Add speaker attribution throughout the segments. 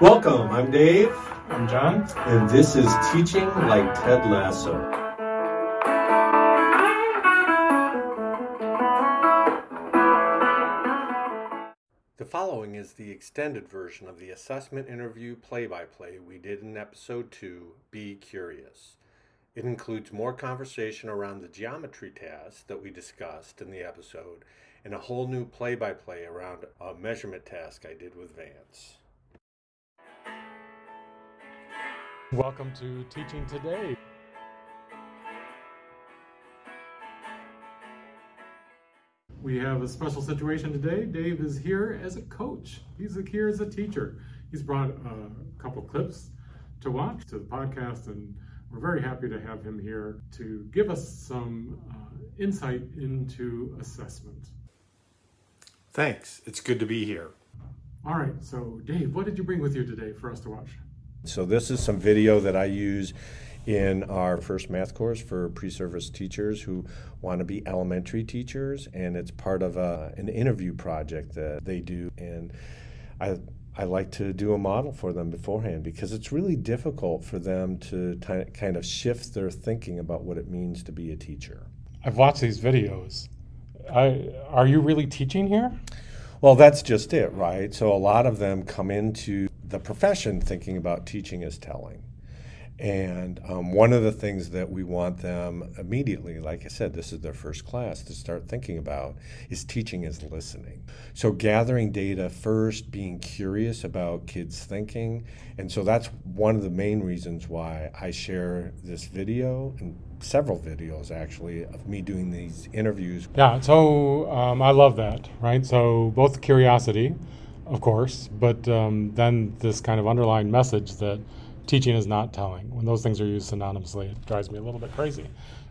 Speaker 1: Welcome, I'm Dave,
Speaker 2: I'm John.
Speaker 1: and this is Teaching Like Ted Lasso. The following is the extended version of the assessment interview play by play we did in episode 2 Be Curious. It includes more conversation around the geometry task that we discussed in the episode and a whole new play by play around a measurement task I did with Vance.
Speaker 2: Welcome to Teaching Today. We have a special situation today. Dave is here as a coach, he's here as a teacher. He's brought a couple clips to watch to the podcast, and we're very happy to have him here to give us some uh, insight into assessment.
Speaker 1: Thanks. It's good to be here.
Speaker 2: All right, so Dave, what did you bring with you today for us to watch?
Speaker 1: So this is some video that I use in our first math course for pre-service teachers who want to be elementary teachers, and it's part of a, an interview project that they do. And I I like to do a model for them beforehand because it's really difficult for them to ti- kind of shift their thinking about what it means to be a teacher.
Speaker 2: I've watched these videos. I, are you really teaching here?
Speaker 1: Well, that's just it, right? So a lot of them come into the profession thinking about teaching as telling. And um, one of the things that we want them immediately, like I said, this is their first class to start thinking about, is teaching is listening. So gathering data first, being curious about kids' thinking. And so that's one of the main reasons why I share this video and several videos actually of me doing these interviews
Speaker 2: Yeah, so um, I love that, right? So both curiosity, of course, but um, then this kind of underlying message that teaching is not telling. When those things are used synonymously, it drives me a little bit crazy.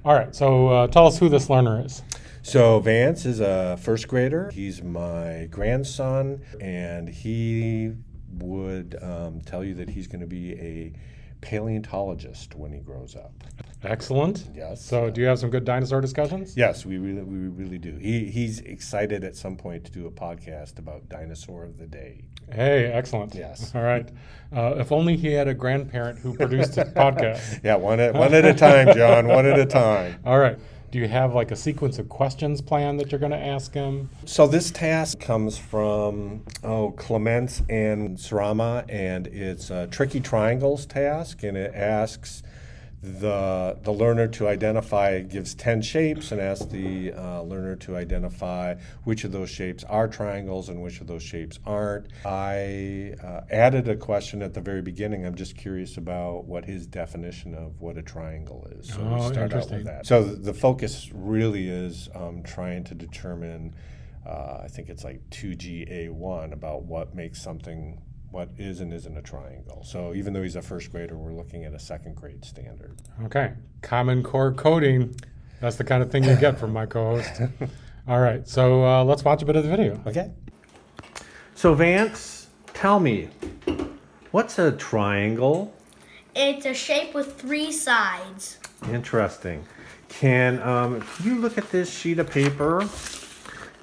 Speaker 2: All right, so uh, tell us who this learner is.
Speaker 1: So Vance is a first grader. He's my grandson, and he would um, tell you that he's going to be a paleontologist when he grows up.
Speaker 2: Excellent.
Speaker 1: Yes.
Speaker 2: So do you have some good dinosaur discussions?
Speaker 1: Yes, we really, we really do. He he's excited at some point to do a podcast about dinosaur of the day.
Speaker 2: Hey, excellent.
Speaker 1: Yes.
Speaker 2: All right. Uh, if only he had a grandparent who produced a podcast.
Speaker 1: Yeah, one at one at a time, John. One at a time.
Speaker 2: All right. Do you have like a sequence of questions planned that you're going to ask him?
Speaker 1: So this task comes from oh Clements and Sarama, and it's a tricky triangles task, and it asks the the learner to identify it gives ten shapes, and asks the uh, learner to identify which of those shapes are triangles and which of those shapes aren't. I uh, added a question at the very beginning. I'm just curious about what his definition of what a triangle is. So we
Speaker 2: Oh,
Speaker 1: start out with
Speaker 2: interesting.
Speaker 1: that that. So th- the focus really is um, trying to determine, uh, I think it's like 2GA1, about what makes something, what is and isn't a triangle. So even though he's a first grader, we're looking at a second grade standard.
Speaker 2: Okay. Common Core coding. That's the kind of thing you get from my co host. All right. So uh, let's watch a bit of the video.
Speaker 1: Okay. So, Vance, tell me, what's a triangle?
Speaker 3: It's a shape with three sides.
Speaker 1: Interesting. Can um, you look at this sheet of paper?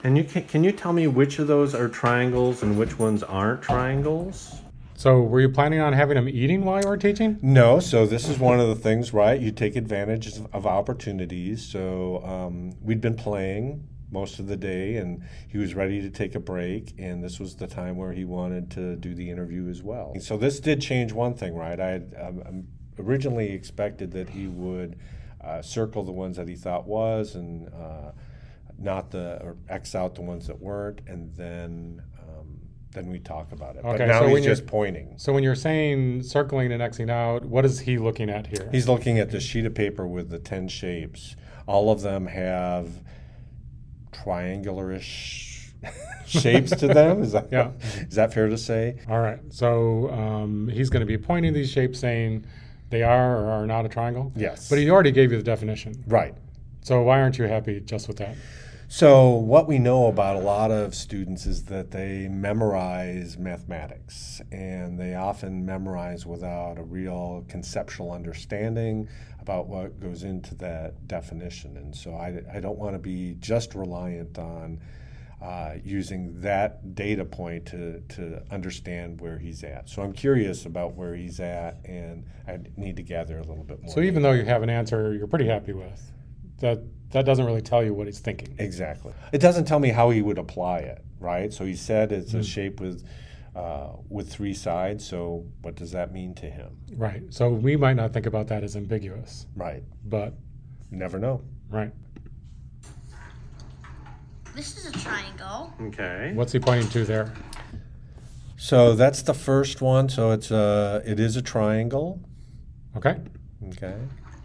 Speaker 1: And you can, can you tell me which of those are triangles and which ones aren't triangles?
Speaker 2: So, were you planning on having him eating while you were teaching?
Speaker 1: No, so this is one of the things, right? You take advantage of- of opportunities. So um, we'd been playing most of the day, and he was ready to take a break. And this was the time where he wanted to do the interview as well. So this did change one thing, right? I had um, um, originally expected that he would uh, circle the ones that he thought was, and uh, not the or X out the ones that weren't, and then um, then we talk about it. but
Speaker 2: Okay,
Speaker 1: now
Speaker 2: so
Speaker 1: he's
Speaker 2: when you-
Speaker 1: just pointing.
Speaker 2: So, when you're saying circling and Xing out, what is he looking at here?
Speaker 1: He's looking at the sheet of paper with the 10 shapes. All of them have triangular-ish shapes to them. Is that,
Speaker 2: Yeah.
Speaker 1: is that fair to say?
Speaker 2: All right. So, um, he's going to be pointing these shapes saying they are or are not a triangle?
Speaker 1: Yes.
Speaker 2: But he already gave you the definition.
Speaker 1: Right.
Speaker 2: So, why aren't you happy just with that?
Speaker 1: So, what we know about a lot of students is that they memorize mathematics and they often memorize without a real conceptual understanding about what goes into that definition. And so, I, I don't want to be just reliant on uh, using that data point to, to understand where he's at. So I'm curious about where he's at, and I need to gather a little bit more.
Speaker 2: So even though you have an answer you're pretty happy with, that that doesn't really tell you what he's thinking.
Speaker 1: Exactly. It doesn't tell me how he would apply it, right? So he said it's a shape with uh, with three sides. So what does that mean to him?
Speaker 2: Right. So we might not think about that as ambiguous,
Speaker 1: Right.
Speaker 2: but
Speaker 1: Never know.
Speaker 2: right.
Speaker 3: This is a triangle.
Speaker 4: Okay.
Speaker 2: What's he pointing to there?
Speaker 1: So that's the first one. So it's a it is a triangle.
Speaker 2: Okay.
Speaker 1: Okay.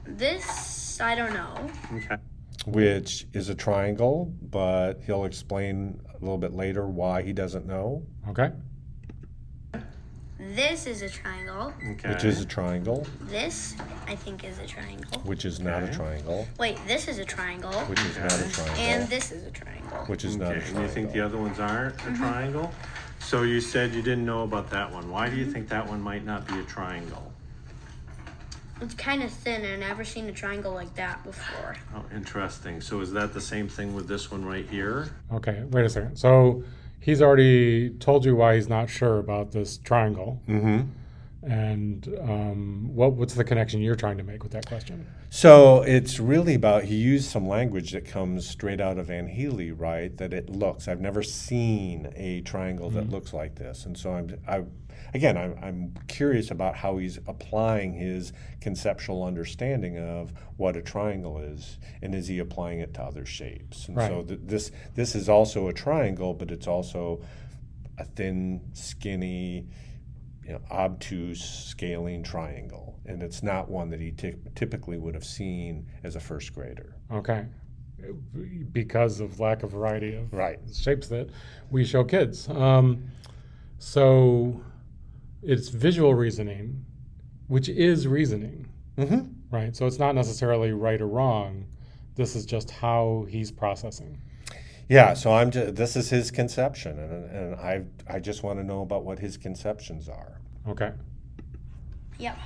Speaker 3: This, I don't know.
Speaker 4: Okay.
Speaker 1: Which is a triangle, but he'll explain a little bit later why he doesn't know,
Speaker 2: Okay.
Speaker 3: This is a triangle.
Speaker 4: Okay.
Speaker 1: which is a triangle,
Speaker 3: This, I think, is a triangle.
Speaker 1: which is not a
Speaker 4: Okay.
Speaker 1: triangle,
Speaker 3: Wait, this is a triangle.
Speaker 1: which is not a
Speaker 4: Okay.
Speaker 1: triangle,
Speaker 3: And this is a triangle.
Speaker 1: which is not a
Speaker 4: Okay,
Speaker 1: triangle.
Speaker 4: and you think the other ones aren't a triangle? So you said you didn't know about that one. Why do you think that one might not be a triangle?
Speaker 3: It's kind of thin. I've never seen a triangle like that before.
Speaker 4: Oh, interesting. So is that the same thing with this one right here?
Speaker 2: Okay. Wait a second. So he's already told you why he's not sure about this triangle.
Speaker 1: Mhm.
Speaker 2: And um, what what's the connection you're trying to make with that question?
Speaker 1: So it's really about he used some language that comes straight out of Van Healy, right? That it looks. I've never seen a triangle that looks like this, and so I'm. I, again, I'm, I'm curious about how he's applying his conceptual understanding of what a triangle is, and is he applying it to other shapes? And so
Speaker 2: Right.
Speaker 1: th- this this is also a triangle, but it's also a thin, skinny, you know, obtuse scaling triangle, and it's not one that he ty- typically would have seen as a first grader.
Speaker 2: Okay. Because of lack of variety of
Speaker 1: Right.
Speaker 2: shapes that we show kids. Um, so it's visual reasoning, which is reasoning,
Speaker 1: Mm-hmm.
Speaker 2: right? So it's not necessarily right or wrong. This is just how he's processing.
Speaker 1: Yeah. So I'm. Just, this is his conception, and, and I I just want to know about what his conceptions are.
Speaker 2: Okay.
Speaker 3: Yep.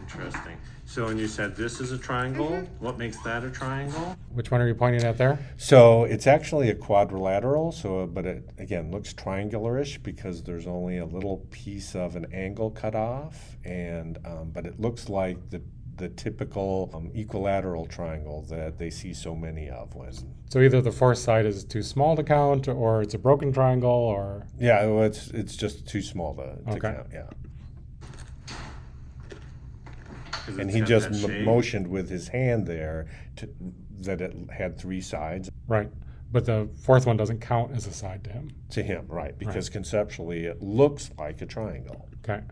Speaker 4: Interesting. So and you said this is a triangle? What makes that a triangle?
Speaker 2: Which one are you pointing at there?
Speaker 1: So it's actually a quadrilateral. So, but it again looks triangular-ish because there's only a little piece of an angle cut off, and um, but it looks like the the typical um, equilateral triangle that they see so many of when
Speaker 2: So either the fourth side is too small to count, or it's a broken triangle, or
Speaker 1: Yeah, well, it's it's just too small to, to
Speaker 2: Okay.
Speaker 1: count. Yeah,
Speaker 4: 'Cause
Speaker 1: and
Speaker 4: it's
Speaker 1: he
Speaker 4: got
Speaker 1: just
Speaker 4: that
Speaker 1: m-
Speaker 4: shape.
Speaker 1: motioned with his hand there to, that it had three sides
Speaker 2: right. But the fourth one doesn't count as a side to him.
Speaker 1: to him, right? Because conceptually, it looks like a triangle.
Speaker 2: Okay.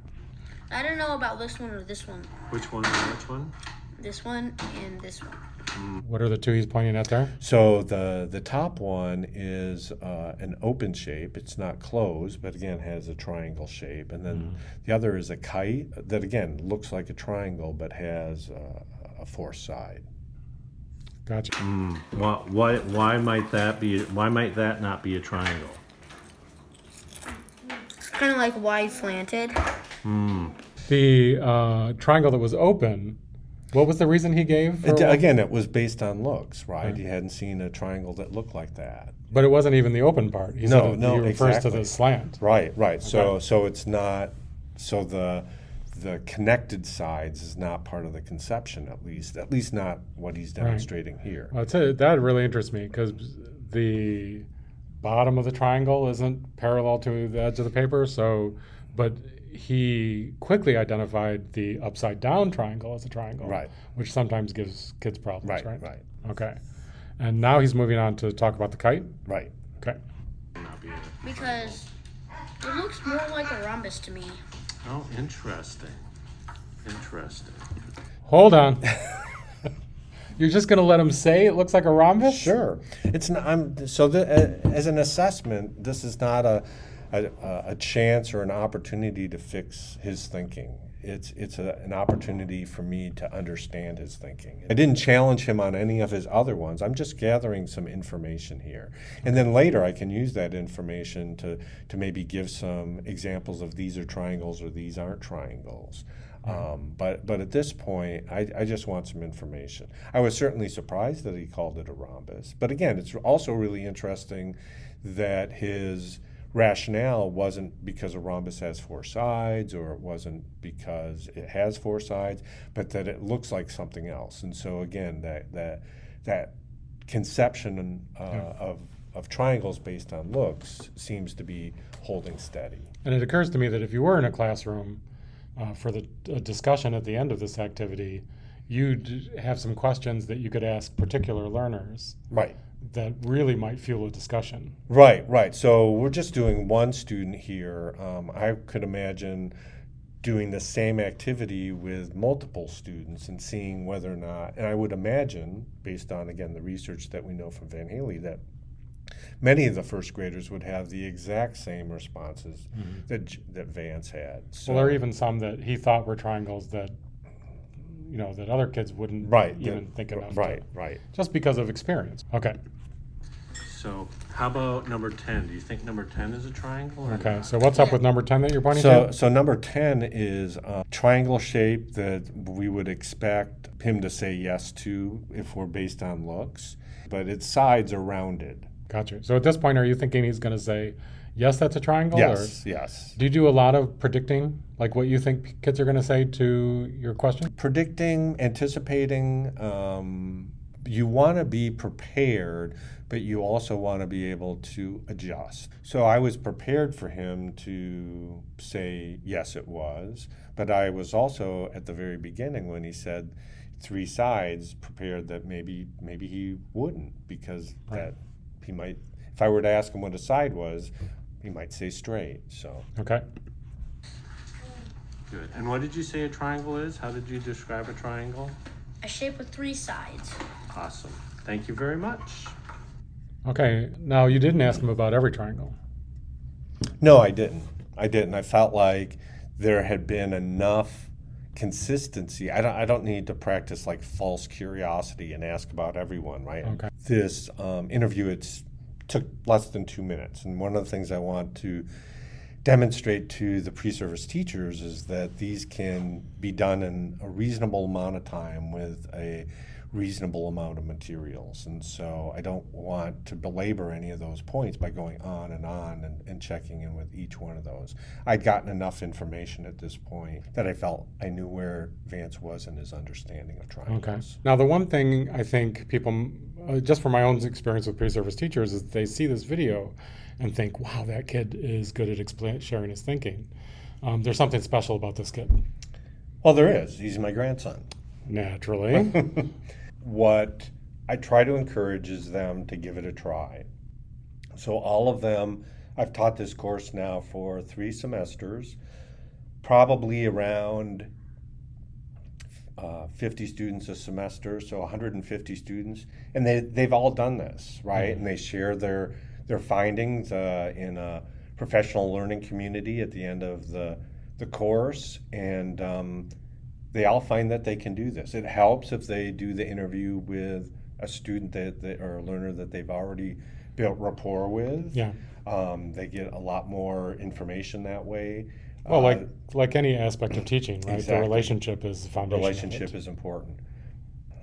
Speaker 3: I don't know about this one or this one.
Speaker 4: Which one and which one?
Speaker 3: This one and this one.
Speaker 2: What are the two he's pointing at there?
Speaker 1: So the the top one is uh, an open shape. It's not closed, but again has a triangle shape. And then the other is a kite that again looks like a triangle, but has uh, a fourth side.
Speaker 2: Gotcha.
Speaker 4: Why, why why might that be why might that not be a triangle?
Speaker 3: Kind of like wide slanted.
Speaker 2: the uh, triangle that was open, what was the reason he gave? for
Speaker 1: It- uh,
Speaker 2: why-
Speaker 1: again, it was based on looks, right? You hadn't seen a triangle that looked like that.
Speaker 2: but it wasn't even the open part. He
Speaker 1: No,
Speaker 2: said it,
Speaker 1: no,
Speaker 2: he refers to
Speaker 1: exactly.
Speaker 2: the slant.
Speaker 1: Right, right. So so it's not so the the connected sides is not part of the conception at least at least not what he's demonstrating here.
Speaker 2: Well, tell you, that really interests me because the bottom of the triangle isn't parallel to the edge of the paper. So, but he quickly identified the upside down triangle as a triangle,
Speaker 1: Right.
Speaker 2: Which sometimes gives kids problems,
Speaker 1: Right,
Speaker 2: right?
Speaker 1: right, right.
Speaker 2: Okay. And now he's moving on to talk about the kite. Okay.
Speaker 4: Not be a,
Speaker 3: Because it looks more like a rhombus to me.
Speaker 4: oh, interesting. Interesting.
Speaker 2: Hold on. You're just going to let him say it looks like a rhombus?
Speaker 1: Sure. It's not I'm so the, uh, as an assessment this is not a a, a chance or an opportunity to fix his thinking. it's it's a, an opportunity for me to understand his thinking. I didn't challenge him on any of his other ones. I'm just gathering some information here, and then later I can use that information to to maybe give some examples of these are triangles or these aren't triangles. Um, but but at this point, I, I just want some information. I was certainly surprised that he called it a rhombus, but again, it's also really interesting that his rationale wasn't because a rhombus has four sides or it wasn't because it has four sides, but that it looks like something else. And so again, that that that conception uh, of of triangles based on looks seems to be holding steady.
Speaker 2: And it occurs to me that if you were in a classroom uh, for the uh, discussion at the end of this activity, you'd have some questions that you could ask particular learners
Speaker 1: Right.
Speaker 2: that really might fuel a discussion.
Speaker 1: Right, right. So we're just doing one student here. Um, I could imagine doing the same activity with multiple students and seeing whether or not, and I would imagine, based on again the research that we know from Van Haley, that many of the first graders would have the exact same responses that J- that Vance had. So,
Speaker 2: Mm-hmm. Well, there are even some that he thought were triangles that, you know, that other kids wouldn't
Speaker 1: right,
Speaker 2: even
Speaker 1: that-
Speaker 2: think about.
Speaker 1: Right, right.
Speaker 2: Just because of experience. Okay.
Speaker 4: So how about number ten? Do you think number ten is a triangle or
Speaker 2: Okay.
Speaker 4: not?
Speaker 2: So what's up with number 10 that you're pointing
Speaker 1: So,
Speaker 2: to?
Speaker 1: so number 10 is a triangle shape that we would expect him to say yes to if we're based on looks, but its sides are rounded.
Speaker 2: Gotcha. So at this point, are you thinking he's going to say, yes, that's a triangle?
Speaker 1: Yes,
Speaker 2: Or
Speaker 1: yes.
Speaker 2: do you do a lot of predicting, like what you think p- kids are going to say to your question?
Speaker 1: Predicting, anticipating, um, you want to be prepared, but you also want to be able to adjust. So I was prepared for him to say, yes, it was, but I was also at the very beginning when he said, three sides prepared that maybe maybe he wouldn't because that he might if I were to ask him what a side was, he might say straight. So
Speaker 2: Okay.
Speaker 4: Good. And what did you say a triangle is? How did you describe a triangle?
Speaker 3: A shape with three sides.
Speaker 4: Awesome. Thank you very much.
Speaker 2: Okay. Now, you didn't ask him about every triangle.
Speaker 1: No, I didn't. I didn't. I felt like there had been enough consistency. I don't. I don't need to practice like false curiosity and ask about everyone, right?
Speaker 2: Okay.
Speaker 1: This um, interview it's took less than two minutes, and one of the things I want to demonstrate to the pre-service teachers is that these can be done in a reasonable amount of time with a reasonable amount of materials and so i don't want to belabor any of those points by going on and on and, and checking in with each one of those i'd gotten enough information at this point that i felt i knew where vance was in his understanding of
Speaker 2: Okay.
Speaker 1: triangles
Speaker 2: Now, the one thing I think people, uh, just from my own experience with pre-service teachers, is they see this video and think, "Wow, that kid is good at explain, sharing his thinking." Um, there's something special about this kid,
Speaker 1: well there is he's my grandson
Speaker 2: naturally.
Speaker 1: what I try to encourage is them to give it a try. So, all of them, I've taught this course now for three semesters, probably around uh, 50 students a semester, so 150 students, and they they've all done this, right?
Speaker 2: Mm-hmm.
Speaker 1: And they share their their findings uh, in a professional learning community at the end of the the course, and um, they all find that they can do this. It helps if they do the interview with a student that, that or a learner that they've already built rapport with.
Speaker 2: yeah.
Speaker 1: Um, they get a lot more information that way.
Speaker 2: Well,
Speaker 1: Uh,
Speaker 2: like like any aspect of teaching, right? The
Speaker 1: Exactly.
Speaker 2: relationship is the foundation. of it.
Speaker 1: relationship is important.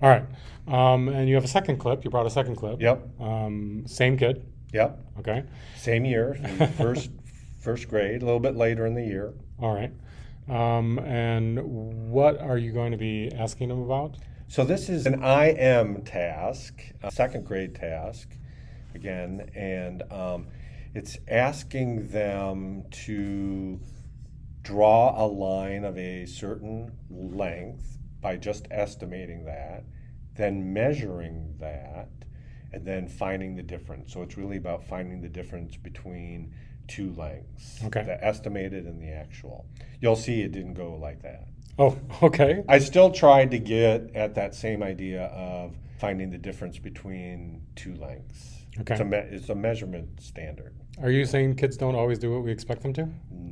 Speaker 2: All right. Um, and you have a second clip. You brought a second clip.
Speaker 1: Yep,
Speaker 2: Um, same kid.
Speaker 1: yep.
Speaker 2: Okay.
Speaker 1: Same year, first first grade, a little bit later in the year.
Speaker 2: All right. Um, and what are you going to be asking him about?
Speaker 1: So this is an IM task, a second grade task, again, and um, it's asking them to draw a line of a certain length by just estimating that, then measuring that, and then finding the difference. So it's really about finding the difference between two lengths,
Speaker 2: Okay.
Speaker 1: the estimated and the actual. You'll see it didn't go like that.
Speaker 2: Oh, okay.
Speaker 1: I still tried to get at that same idea of finding the difference between two lengths.
Speaker 2: Okay.
Speaker 1: It's a, me- it's a measurement standard.
Speaker 2: Are you saying kids don't always do what we expect them to?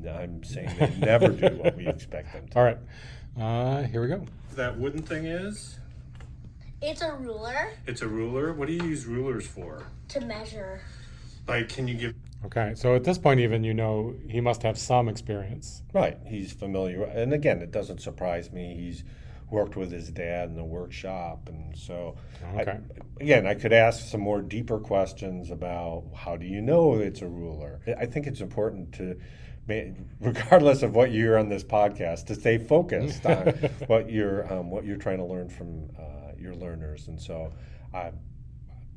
Speaker 1: I'm saying they never do what we expect them to.
Speaker 2: All right. Uh, here we go.
Speaker 4: That wooden thing is?
Speaker 3: It's a ruler
Speaker 4: It's a ruler. What do you use rulers for?
Speaker 3: to measure.
Speaker 4: Like, can you give
Speaker 2: Okay. So at this point, even you know he must have some experience.
Speaker 1: Right. He's familiar. And again, it doesn't surprise me. He's worked with his dad in the workshop. And so, I-
Speaker 2: Okay.
Speaker 1: again, I could ask some more deeper questions about how do you know it's a ruler? I- I think it's important to, ma- regardless of what you hear on this podcast, to stay focused on what you're, um, what you're trying to learn from uh, your learners. And so, I,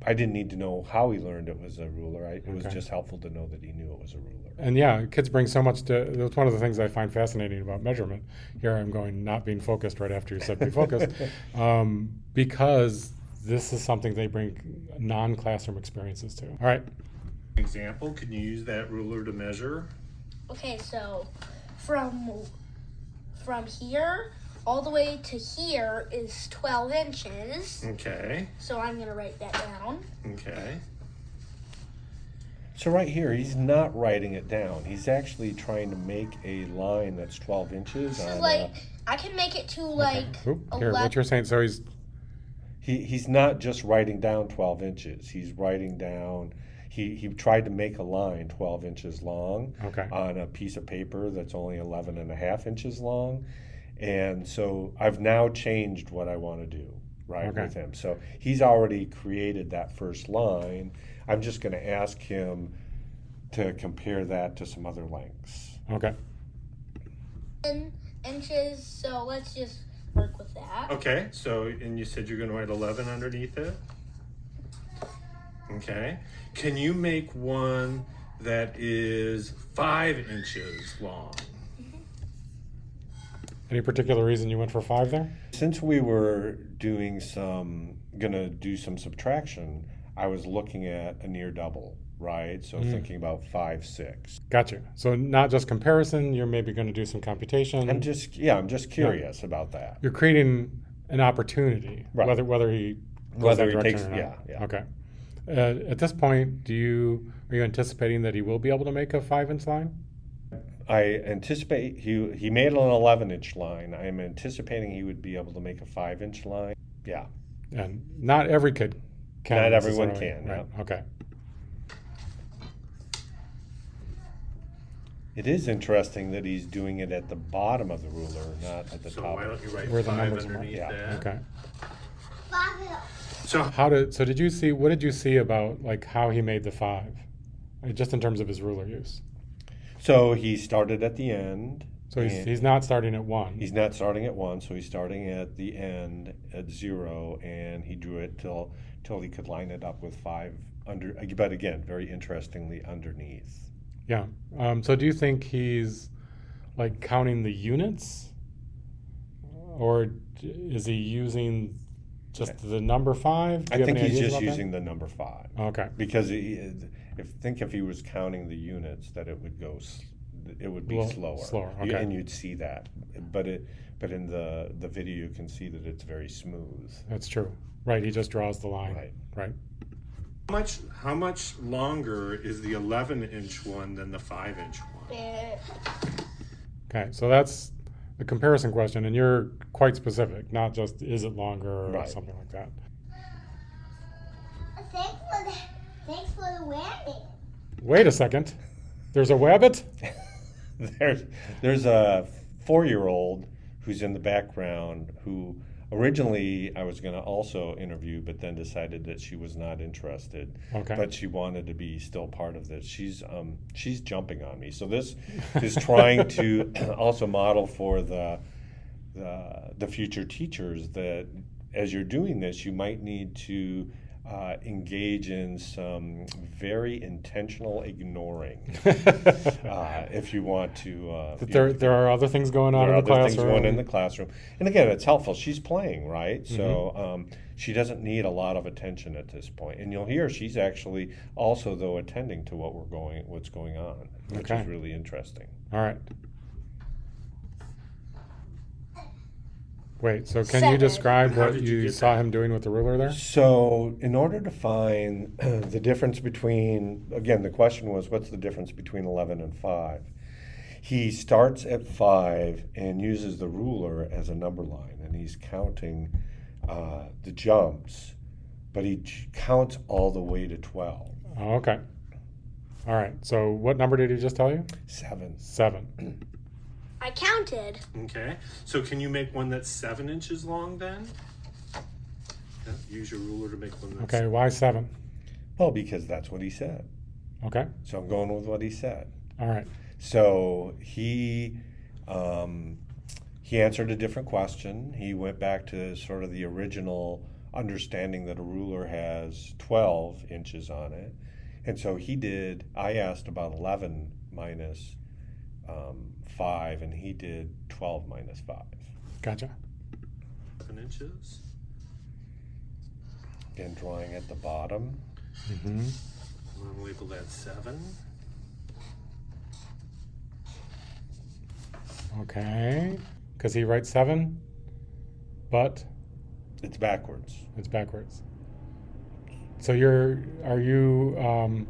Speaker 1: I didn't need to know how he learned it was a ruler. I, it was
Speaker 2: Okay.
Speaker 1: just helpful to know that he knew it was a ruler.
Speaker 2: And yeah, kids bring so much to. That's one of the things I find fascinating about measurement. Here I'm going not being focused right after you said be focused, um, because this is something they bring non-classroom experiences to. All right.
Speaker 4: an example? Can you use that ruler to measure?
Speaker 3: Okay, so from from here all the way to here is 12 inches.
Speaker 4: Okay.
Speaker 3: So I'm gonna write that down.
Speaker 4: Okay.
Speaker 1: So right here, he's not writing it down. He's actually trying to make a line that's 12 inches.
Speaker 3: This
Speaker 1: on
Speaker 3: is
Speaker 1: a-
Speaker 3: like I can make it to like
Speaker 2: uh, Oop, here,
Speaker 3: ele-
Speaker 2: what you're saying? So he's
Speaker 1: he, he's not just writing down 12 inches. He's writing down. He, he tried to make a line 12 inches long
Speaker 2: okay.
Speaker 1: on a piece of paper that's only 11 and a half inches long. And so I've now changed what I want to do, right,
Speaker 2: Okay.
Speaker 1: with him. So he's already created that first line. I'm just going to ask him to compare that to some other lengths.
Speaker 2: Okay.
Speaker 3: 10 inches. So let's just work with that.
Speaker 4: Okay. So, and you said you're going to write 11 underneath it? Okay. Can you make one that is five inches long?
Speaker 2: Any particular reason you went for five there?
Speaker 1: Since we were doing some, gonna do some subtraction, I was looking at a near double, right? So
Speaker 2: Mm.
Speaker 1: thinking about five, six.
Speaker 2: Gotcha. So not just comparison. You're maybe going to do some computation.
Speaker 1: I'm just, yeah, I'm just curious about that.
Speaker 2: you're creating an opportunity,
Speaker 1: Right.
Speaker 2: whether whether he goes
Speaker 1: Whether
Speaker 2: that
Speaker 1: he
Speaker 2: direction
Speaker 1: takes-
Speaker 2: or not.
Speaker 1: yeah, yeah.
Speaker 2: Okay. Uh, at this point, do you are you anticipating that he will be able to make a five inch line?
Speaker 1: I anticipate he he made an 11 inch line. I'm anticipating he would be able to make a five inch line. Yeah,
Speaker 2: And not every kid can.
Speaker 1: Not everyone
Speaker 2: necessarily,
Speaker 1: can,
Speaker 2: Right. Okay.
Speaker 1: it is interesting that he's doing it at the bottom of the ruler, not at the
Speaker 4: So,
Speaker 1: top.
Speaker 4: Oh, why don't you write
Speaker 2: Where the
Speaker 4: five
Speaker 2: numbers are marked.
Speaker 4: underneath
Speaker 1: Yeah.
Speaker 4: that?
Speaker 2: Okay.
Speaker 4: So,
Speaker 2: How did so? Did you see what did you see about like how he made the five, Uh, just in terms of his ruler use?
Speaker 1: So he started at the end.
Speaker 2: So he's,
Speaker 1: and-
Speaker 2: he's not starting at one.
Speaker 1: He's not starting at one, so he's starting at the end at zero, and he drew it till till he could line it up with five under. But again, very interestingly, underneath.
Speaker 2: Yeah. Um, so do you think he's like counting the units, or d- is he using just the number five? Do
Speaker 1: I
Speaker 2: you have
Speaker 1: think
Speaker 2: any
Speaker 1: he's
Speaker 2: ideas
Speaker 1: just
Speaker 2: about that?
Speaker 1: using the number five
Speaker 2: Okay.
Speaker 1: because he, if think if he was counting the units, that it would go, s- it would be
Speaker 2: Well,
Speaker 1: slower,
Speaker 2: slower,
Speaker 1: You-
Speaker 2: okay.
Speaker 1: and you'd see that. But it, but in the the video, you can see that it's very smooth.
Speaker 2: That's true. Right. He just draws the line.
Speaker 1: Right.
Speaker 2: Right.
Speaker 4: how much how much longer is the 11 inch one than the five inch one?
Speaker 3: Uh,
Speaker 2: Okay. So that's a comparison question, and you're quite specific, not just is it longer or
Speaker 1: Right.
Speaker 2: something like that.
Speaker 5: Thanks for the, thanks for the wedding.
Speaker 2: Wait a second. There's a wabbit.
Speaker 1: there's there's a four year old who's in the background who originally I was going to also interview, but then decided that she was not interested.
Speaker 2: Okay.
Speaker 1: But she wanted to be still part of this. She's um she's jumping on me. So this is trying to also model for the the, the future teachers that as you're doing this, you might need to. Uh, engage in some very intentional ignoring uh, if you want to. Uh,
Speaker 2: That there, there are other things going on
Speaker 1: there are
Speaker 2: in the
Speaker 1: other things
Speaker 2: classroom.
Speaker 1: going in the classroom. And again, it's helpful. She's playing, right? So
Speaker 2: Mm-hmm.
Speaker 1: um, she doesn't need a lot of attention at this point. And you'll hear she's actually also though attending to what we're going, what's going on, which
Speaker 2: Okay.
Speaker 1: is really interesting.
Speaker 2: All right. Wait, so can you
Speaker 3: Seven.
Speaker 2: describe
Speaker 4: How
Speaker 2: what
Speaker 4: did
Speaker 2: you,
Speaker 4: you get
Speaker 2: saw him doing with the ruler there?
Speaker 1: So, in order to find the difference between, again, the question was, what's the difference between 11 and 5? He starts at 5 and uses the ruler as a number line, and he's counting uh, the jumps, but he j- counts all the way to 12.
Speaker 2: Oh, okay. All right. So what number did he just tell you?
Speaker 1: 7.
Speaker 2: Seven.
Speaker 3: I counted.
Speaker 4: Okay, so can you make one that's seven inches long then? Yeah, Use your ruler to make one that's.
Speaker 2: Okay. Why seven?
Speaker 1: Well, because that's what he said.
Speaker 2: Okay.
Speaker 1: So, I'm going with what he said.
Speaker 2: All right.
Speaker 1: So he um, he answered a different question. He went back to sort of the original understanding that a ruler has 12 inches on it. And so he did, I asked about 11 minus um, 5, and he did 12 minus 5.
Speaker 2: Gotcha.
Speaker 4: Seven inches.
Speaker 1: Again, drawing at the bottom.
Speaker 2: Mm-hmm.
Speaker 4: I'm gonna label that seven.
Speaker 2: Okay. Because he writes seven, but
Speaker 1: It's backwards.
Speaker 2: it's backwards. So you're are you um,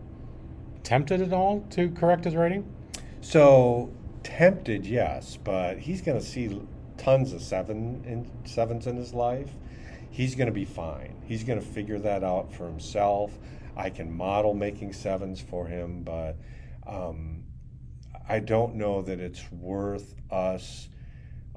Speaker 2: tempted at all to correct his writing?
Speaker 1: So tempted, yes, but he's going to see tons of seven in, sevens in his life. He's going to be fine. He's going to figure that out for himself. I can model making sevens for him, but um, I don't know that it's worth us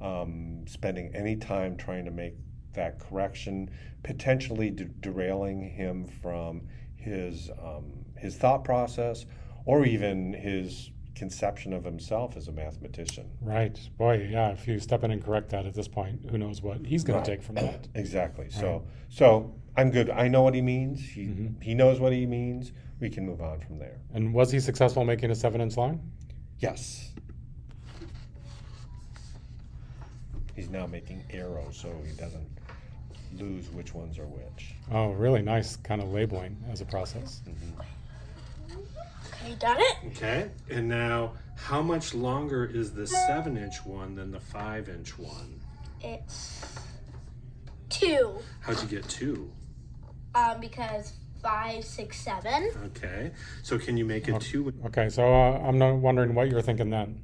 Speaker 1: um, spending any time trying to make that correction, potentially de- derailing him from his um, his thought process or even his conception of himself as a mathematician.
Speaker 2: Right. Boy, yeah. If you step in and correct that at this point, who knows what he's going
Speaker 1: Right.
Speaker 2: to take from that?
Speaker 1: Exactly. So so I'm good. I know what he means. He
Speaker 2: Mhm.
Speaker 1: he knows what he means. We can move on from there.
Speaker 2: And was he successful making a seven-inch line?
Speaker 1: Yes. He's now making arrows so he doesn't lose which ones are which.
Speaker 2: Oh, really nice kind of labeling as a process.
Speaker 3: Okay, done it?
Speaker 4: Okay, and now how much longer is the seven inch one than the five inch one?
Speaker 3: It's two.
Speaker 4: How'd you get two?
Speaker 3: Um, because five, six, seven.
Speaker 4: Okay, so can you make a two?
Speaker 2: Okay, so uh, I'm not wondering what you're thinking then.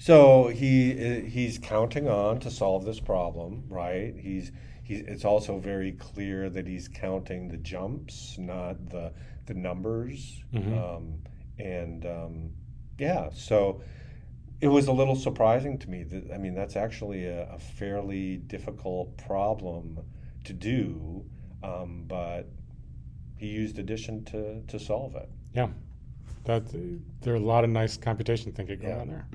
Speaker 1: So he he's counting on to solve this problem, right? He's he's it's also very clear that he's counting the jumps, not the the numbers.
Speaker 2: Mhm.
Speaker 1: Um, and um, yeah, so it was a little surprising to me that I mean that's actually a, a fairly difficult problem to do, um, but he used addition to to solve it.
Speaker 2: That there are a lot of nice computation thinking going
Speaker 1: Yeah.
Speaker 2: on there,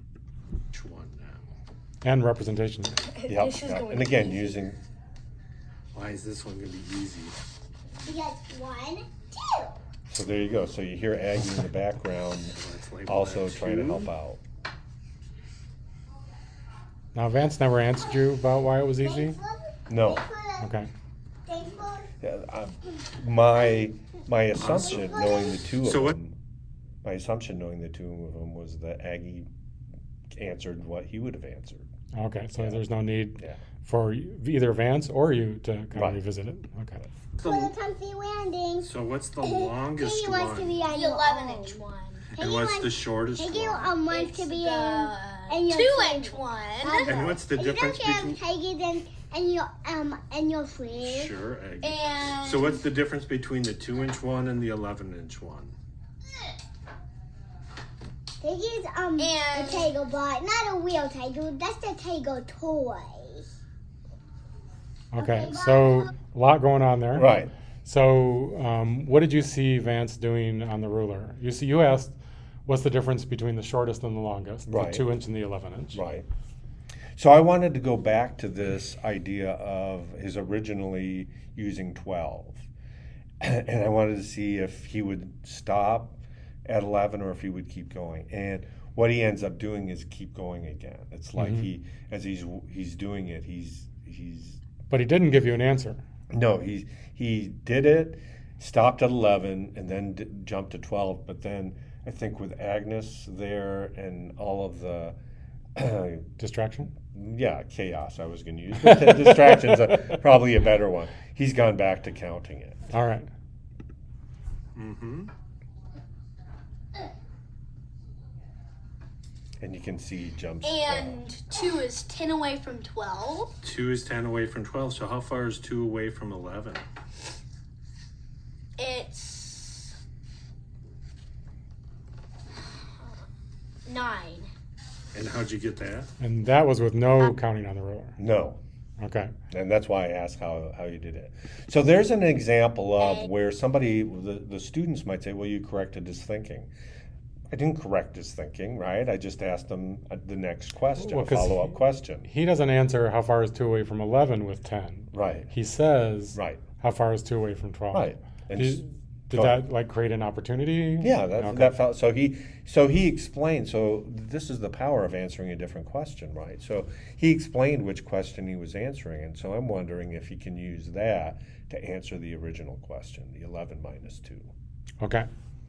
Speaker 4: Which one now?
Speaker 2: and representation.
Speaker 1: Yep,
Speaker 3: This is
Speaker 1: yep.
Speaker 3: going
Speaker 1: and again
Speaker 3: easy.
Speaker 1: using
Speaker 4: Why is this one gonna be easy?
Speaker 5: Because one, two.
Speaker 1: So there you go. So you hear Aggie in the background
Speaker 4: Let's label that
Speaker 1: also trying to
Speaker 4: two.
Speaker 1: help out.
Speaker 2: Now Vance never answered you about why it was easy.
Speaker 5: Thanks for the,
Speaker 1: No.
Speaker 5: Thanks for the,
Speaker 2: Okay,
Speaker 5: Thanks for
Speaker 1: Yeah, I- My my assumption, knowing the two of
Speaker 4: So what-
Speaker 1: them, my assumption, knowing the two of them, was that Aggie answered what he would have answered.
Speaker 2: okay. So there's no need
Speaker 1: Yeah.
Speaker 2: for either Vance or you to kind
Speaker 1: Right.
Speaker 2: of revisit it. Okay.
Speaker 5: the
Speaker 4: The-
Speaker 5: comfy landing.
Speaker 4: So what's the
Speaker 5: Piggy
Speaker 4: longest
Speaker 5: wants to
Speaker 4: one?
Speaker 5: be on
Speaker 3: The
Speaker 5: your
Speaker 3: 11
Speaker 5: own.
Speaker 2: Oh.
Speaker 3: inch one.
Speaker 4: And what's the shortest
Speaker 5: Piggy
Speaker 4: one?
Speaker 5: um, wants
Speaker 3: It's
Speaker 5: to be
Speaker 3: the
Speaker 5: in your
Speaker 3: two
Speaker 5: friend.
Speaker 3: inch one.
Speaker 5: Uh,
Speaker 4: And what's the
Speaker 5: in. You
Speaker 4: difference
Speaker 5: don't have
Speaker 4: between?
Speaker 5: Peggy then and your um and your friend.
Speaker 4: Sure, Aggie.
Speaker 3: And
Speaker 4: So what's the difference between the two inch one and the eleven inch one?
Speaker 5: Piggy's um
Speaker 3: And-
Speaker 5: a tiger but not a real tiger. That's the tiger toy.
Speaker 2: Okay.
Speaker 5: Okay,
Speaker 2: So a lot going on there.
Speaker 1: Right.
Speaker 2: So um, what did you see Vance doing on the ruler? You see, you asked, what's the difference between the shortest and the longest? The
Speaker 1: Right.
Speaker 2: two inch and the eleven inch.
Speaker 1: Right. So I wanted to go back to this idea of his originally using 12. And I wanted to see if he would stop at 11 or if he would keep going. And what he ends up doing is keep going again. It's like
Speaker 2: Mhm.
Speaker 1: he, as he's he's doing it, he's he's
Speaker 2: But he didn't give you an answer.
Speaker 1: no, he he did it, stopped at eleven, and then d- jumped to twelve. But then I think with Agnes there and all of the
Speaker 2: Distraction.
Speaker 1: yeah, chaos I was going to use. But the distraction's a, probably a better one. He's gone back to counting it.
Speaker 2: All right.
Speaker 4: Mm-hmm.
Speaker 1: And you can see he jumps. uh,
Speaker 5: And two is ten away from twelve.
Speaker 4: Two is ten away from twelve. So how far is two away from eleven?
Speaker 5: It's nine.
Speaker 4: And how'd you get that?
Speaker 2: And that was with no counting on the ruler.
Speaker 1: no.
Speaker 2: Okay.
Speaker 1: And that's why I asked how, how you did it. So there's an example of
Speaker 5: Okay.
Speaker 1: where somebody, the, the students might say, well, you corrected his thinking. I didn't correct his thinking, right? I just asked him uh, the next question,
Speaker 2: Well, 'cause
Speaker 1: follow up
Speaker 2: he-
Speaker 1: question.
Speaker 2: He doesn't answer how far is two away from 11 with 10.
Speaker 1: Right,
Speaker 2: He says,
Speaker 1: right,
Speaker 2: how far is two away from 12?
Speaker 1: right. And
Speaker 2: Did,
Speaker 1: s-
Speaker 2: did
Speaker 1: go
Speaker 2: that like create an opportunity?
Speaker 1: Yeah, that,
Speaker 2: Okay.
Speaker 1: that felt so he so he explained so this is the power of answering a different question, right? So he explained which question he was answering, and so I'm wondering if he can use that to answer the original question, the eleven minus two.
Speaker 2: Okay.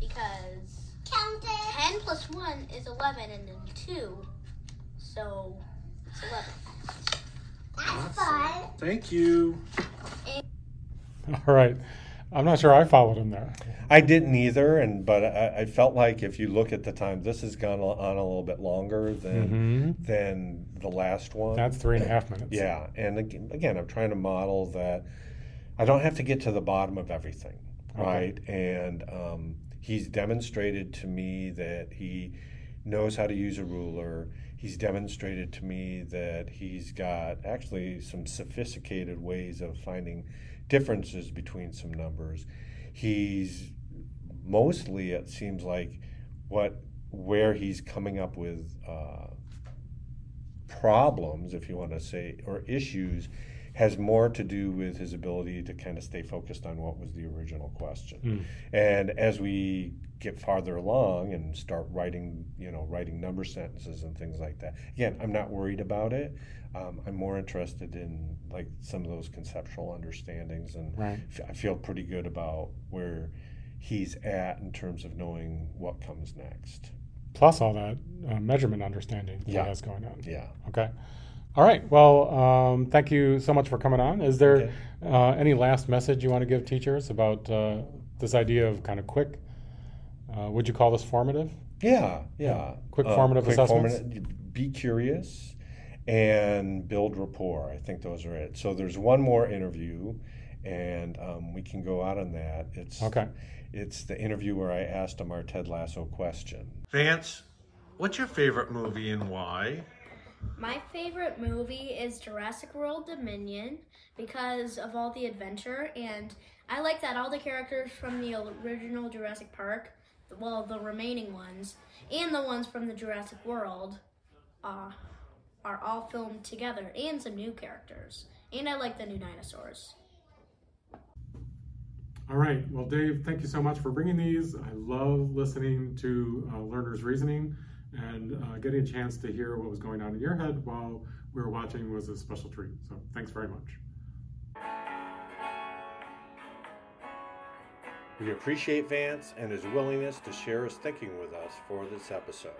Speaker 5: Because
Speaker 6: Count it.
Speaker 5: 10 plus 1 is 11, and then 2. So it's 11.
Speaker 6: That's fun.
Speaker 4: Thank you.
Speaker 2: All right. I'm not sure I followed him there.
Speaker 1: I didn't either, and but I, I felt like if you look at the time, this has gone on a little bit longer than
Speaker 2: hmm
Speaker 1: than the last one.
Speaker 2: That's three and a half minutes.
Speaker 1: Mm-hmm. Yeah, and again, again, I'm trying to model that I don't have to get to the bottom of everything,
Speaker 2: Okay.
Speaker 1: right? And um, he's demonstrated to me that he knows how to use a ruler. He's demonstrated to me that he's got actually some sophisticated ways of finding differences between some numbers. He's mostly, it seems like, what where he's coming up with uh, problems, if you want to say, or issues, has more to do with his ability to kind of stay focused on what was the original question.
Speaker 2: Mm.
Speaker 1: And as we get farther along and start writing, you know, writing number sentences and things like that, again, I'm not worried about it. Um, I'm more interested in like some of those conceptual understandings, and
Speaker 2: Right.
Speaker 1: f- I feel pretty good about where he's at in terms of knowing what comes next.
Speaker 2: Plus all that uh, measurement understanding that
Speaker 1: Yeah.
Speaker 2: has going on.
Speaker 1: Yeah.
Speaker 2: Okay. All right. Well, um, thank you so much for coming on. Is there
Speaker 1: Okay.
Speaker 2: uh, any last message you want to give teachers about uh, this idea of kind of quick? Uh, would you call this formative?
Speaker 1: Yeah, yeah.
Speaker 2: Quick formative assessments?
Speaker 1: formative- be curious and build rapport. I think those are it. So there's one more interview, and um, we can go out on that. It's
Speaker 2: Okay.
Speaker 1: It's the interview where I asked him our Ted Lasso question.
Speaker 4: Vance, what's your favorite movie and why?
Speaker 3: My favorite movie is Jurassic World Dominion because of all the adventure, and I like that all the characters from the original Jurassic Park, well, the remaining ones, and the ones from the Jurassic World, uh, are all filmed together, and some new characters. And I like the new dinosaurs.
Speaker 7: All right. Well, Dave, thank you so much for bringing these. I love listening to uh, learners' reasoning and uh, getting a chance to hear what was going on in your head while we were watching was a special treat. So, thanks very much.
Speaker 1: We appreciate Vance and his willingness to share his thinking with us for this episode.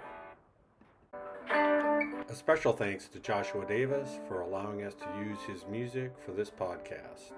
Speaker 1: A special thanks to Joshua Davis for allowing us to use his music for this podcast.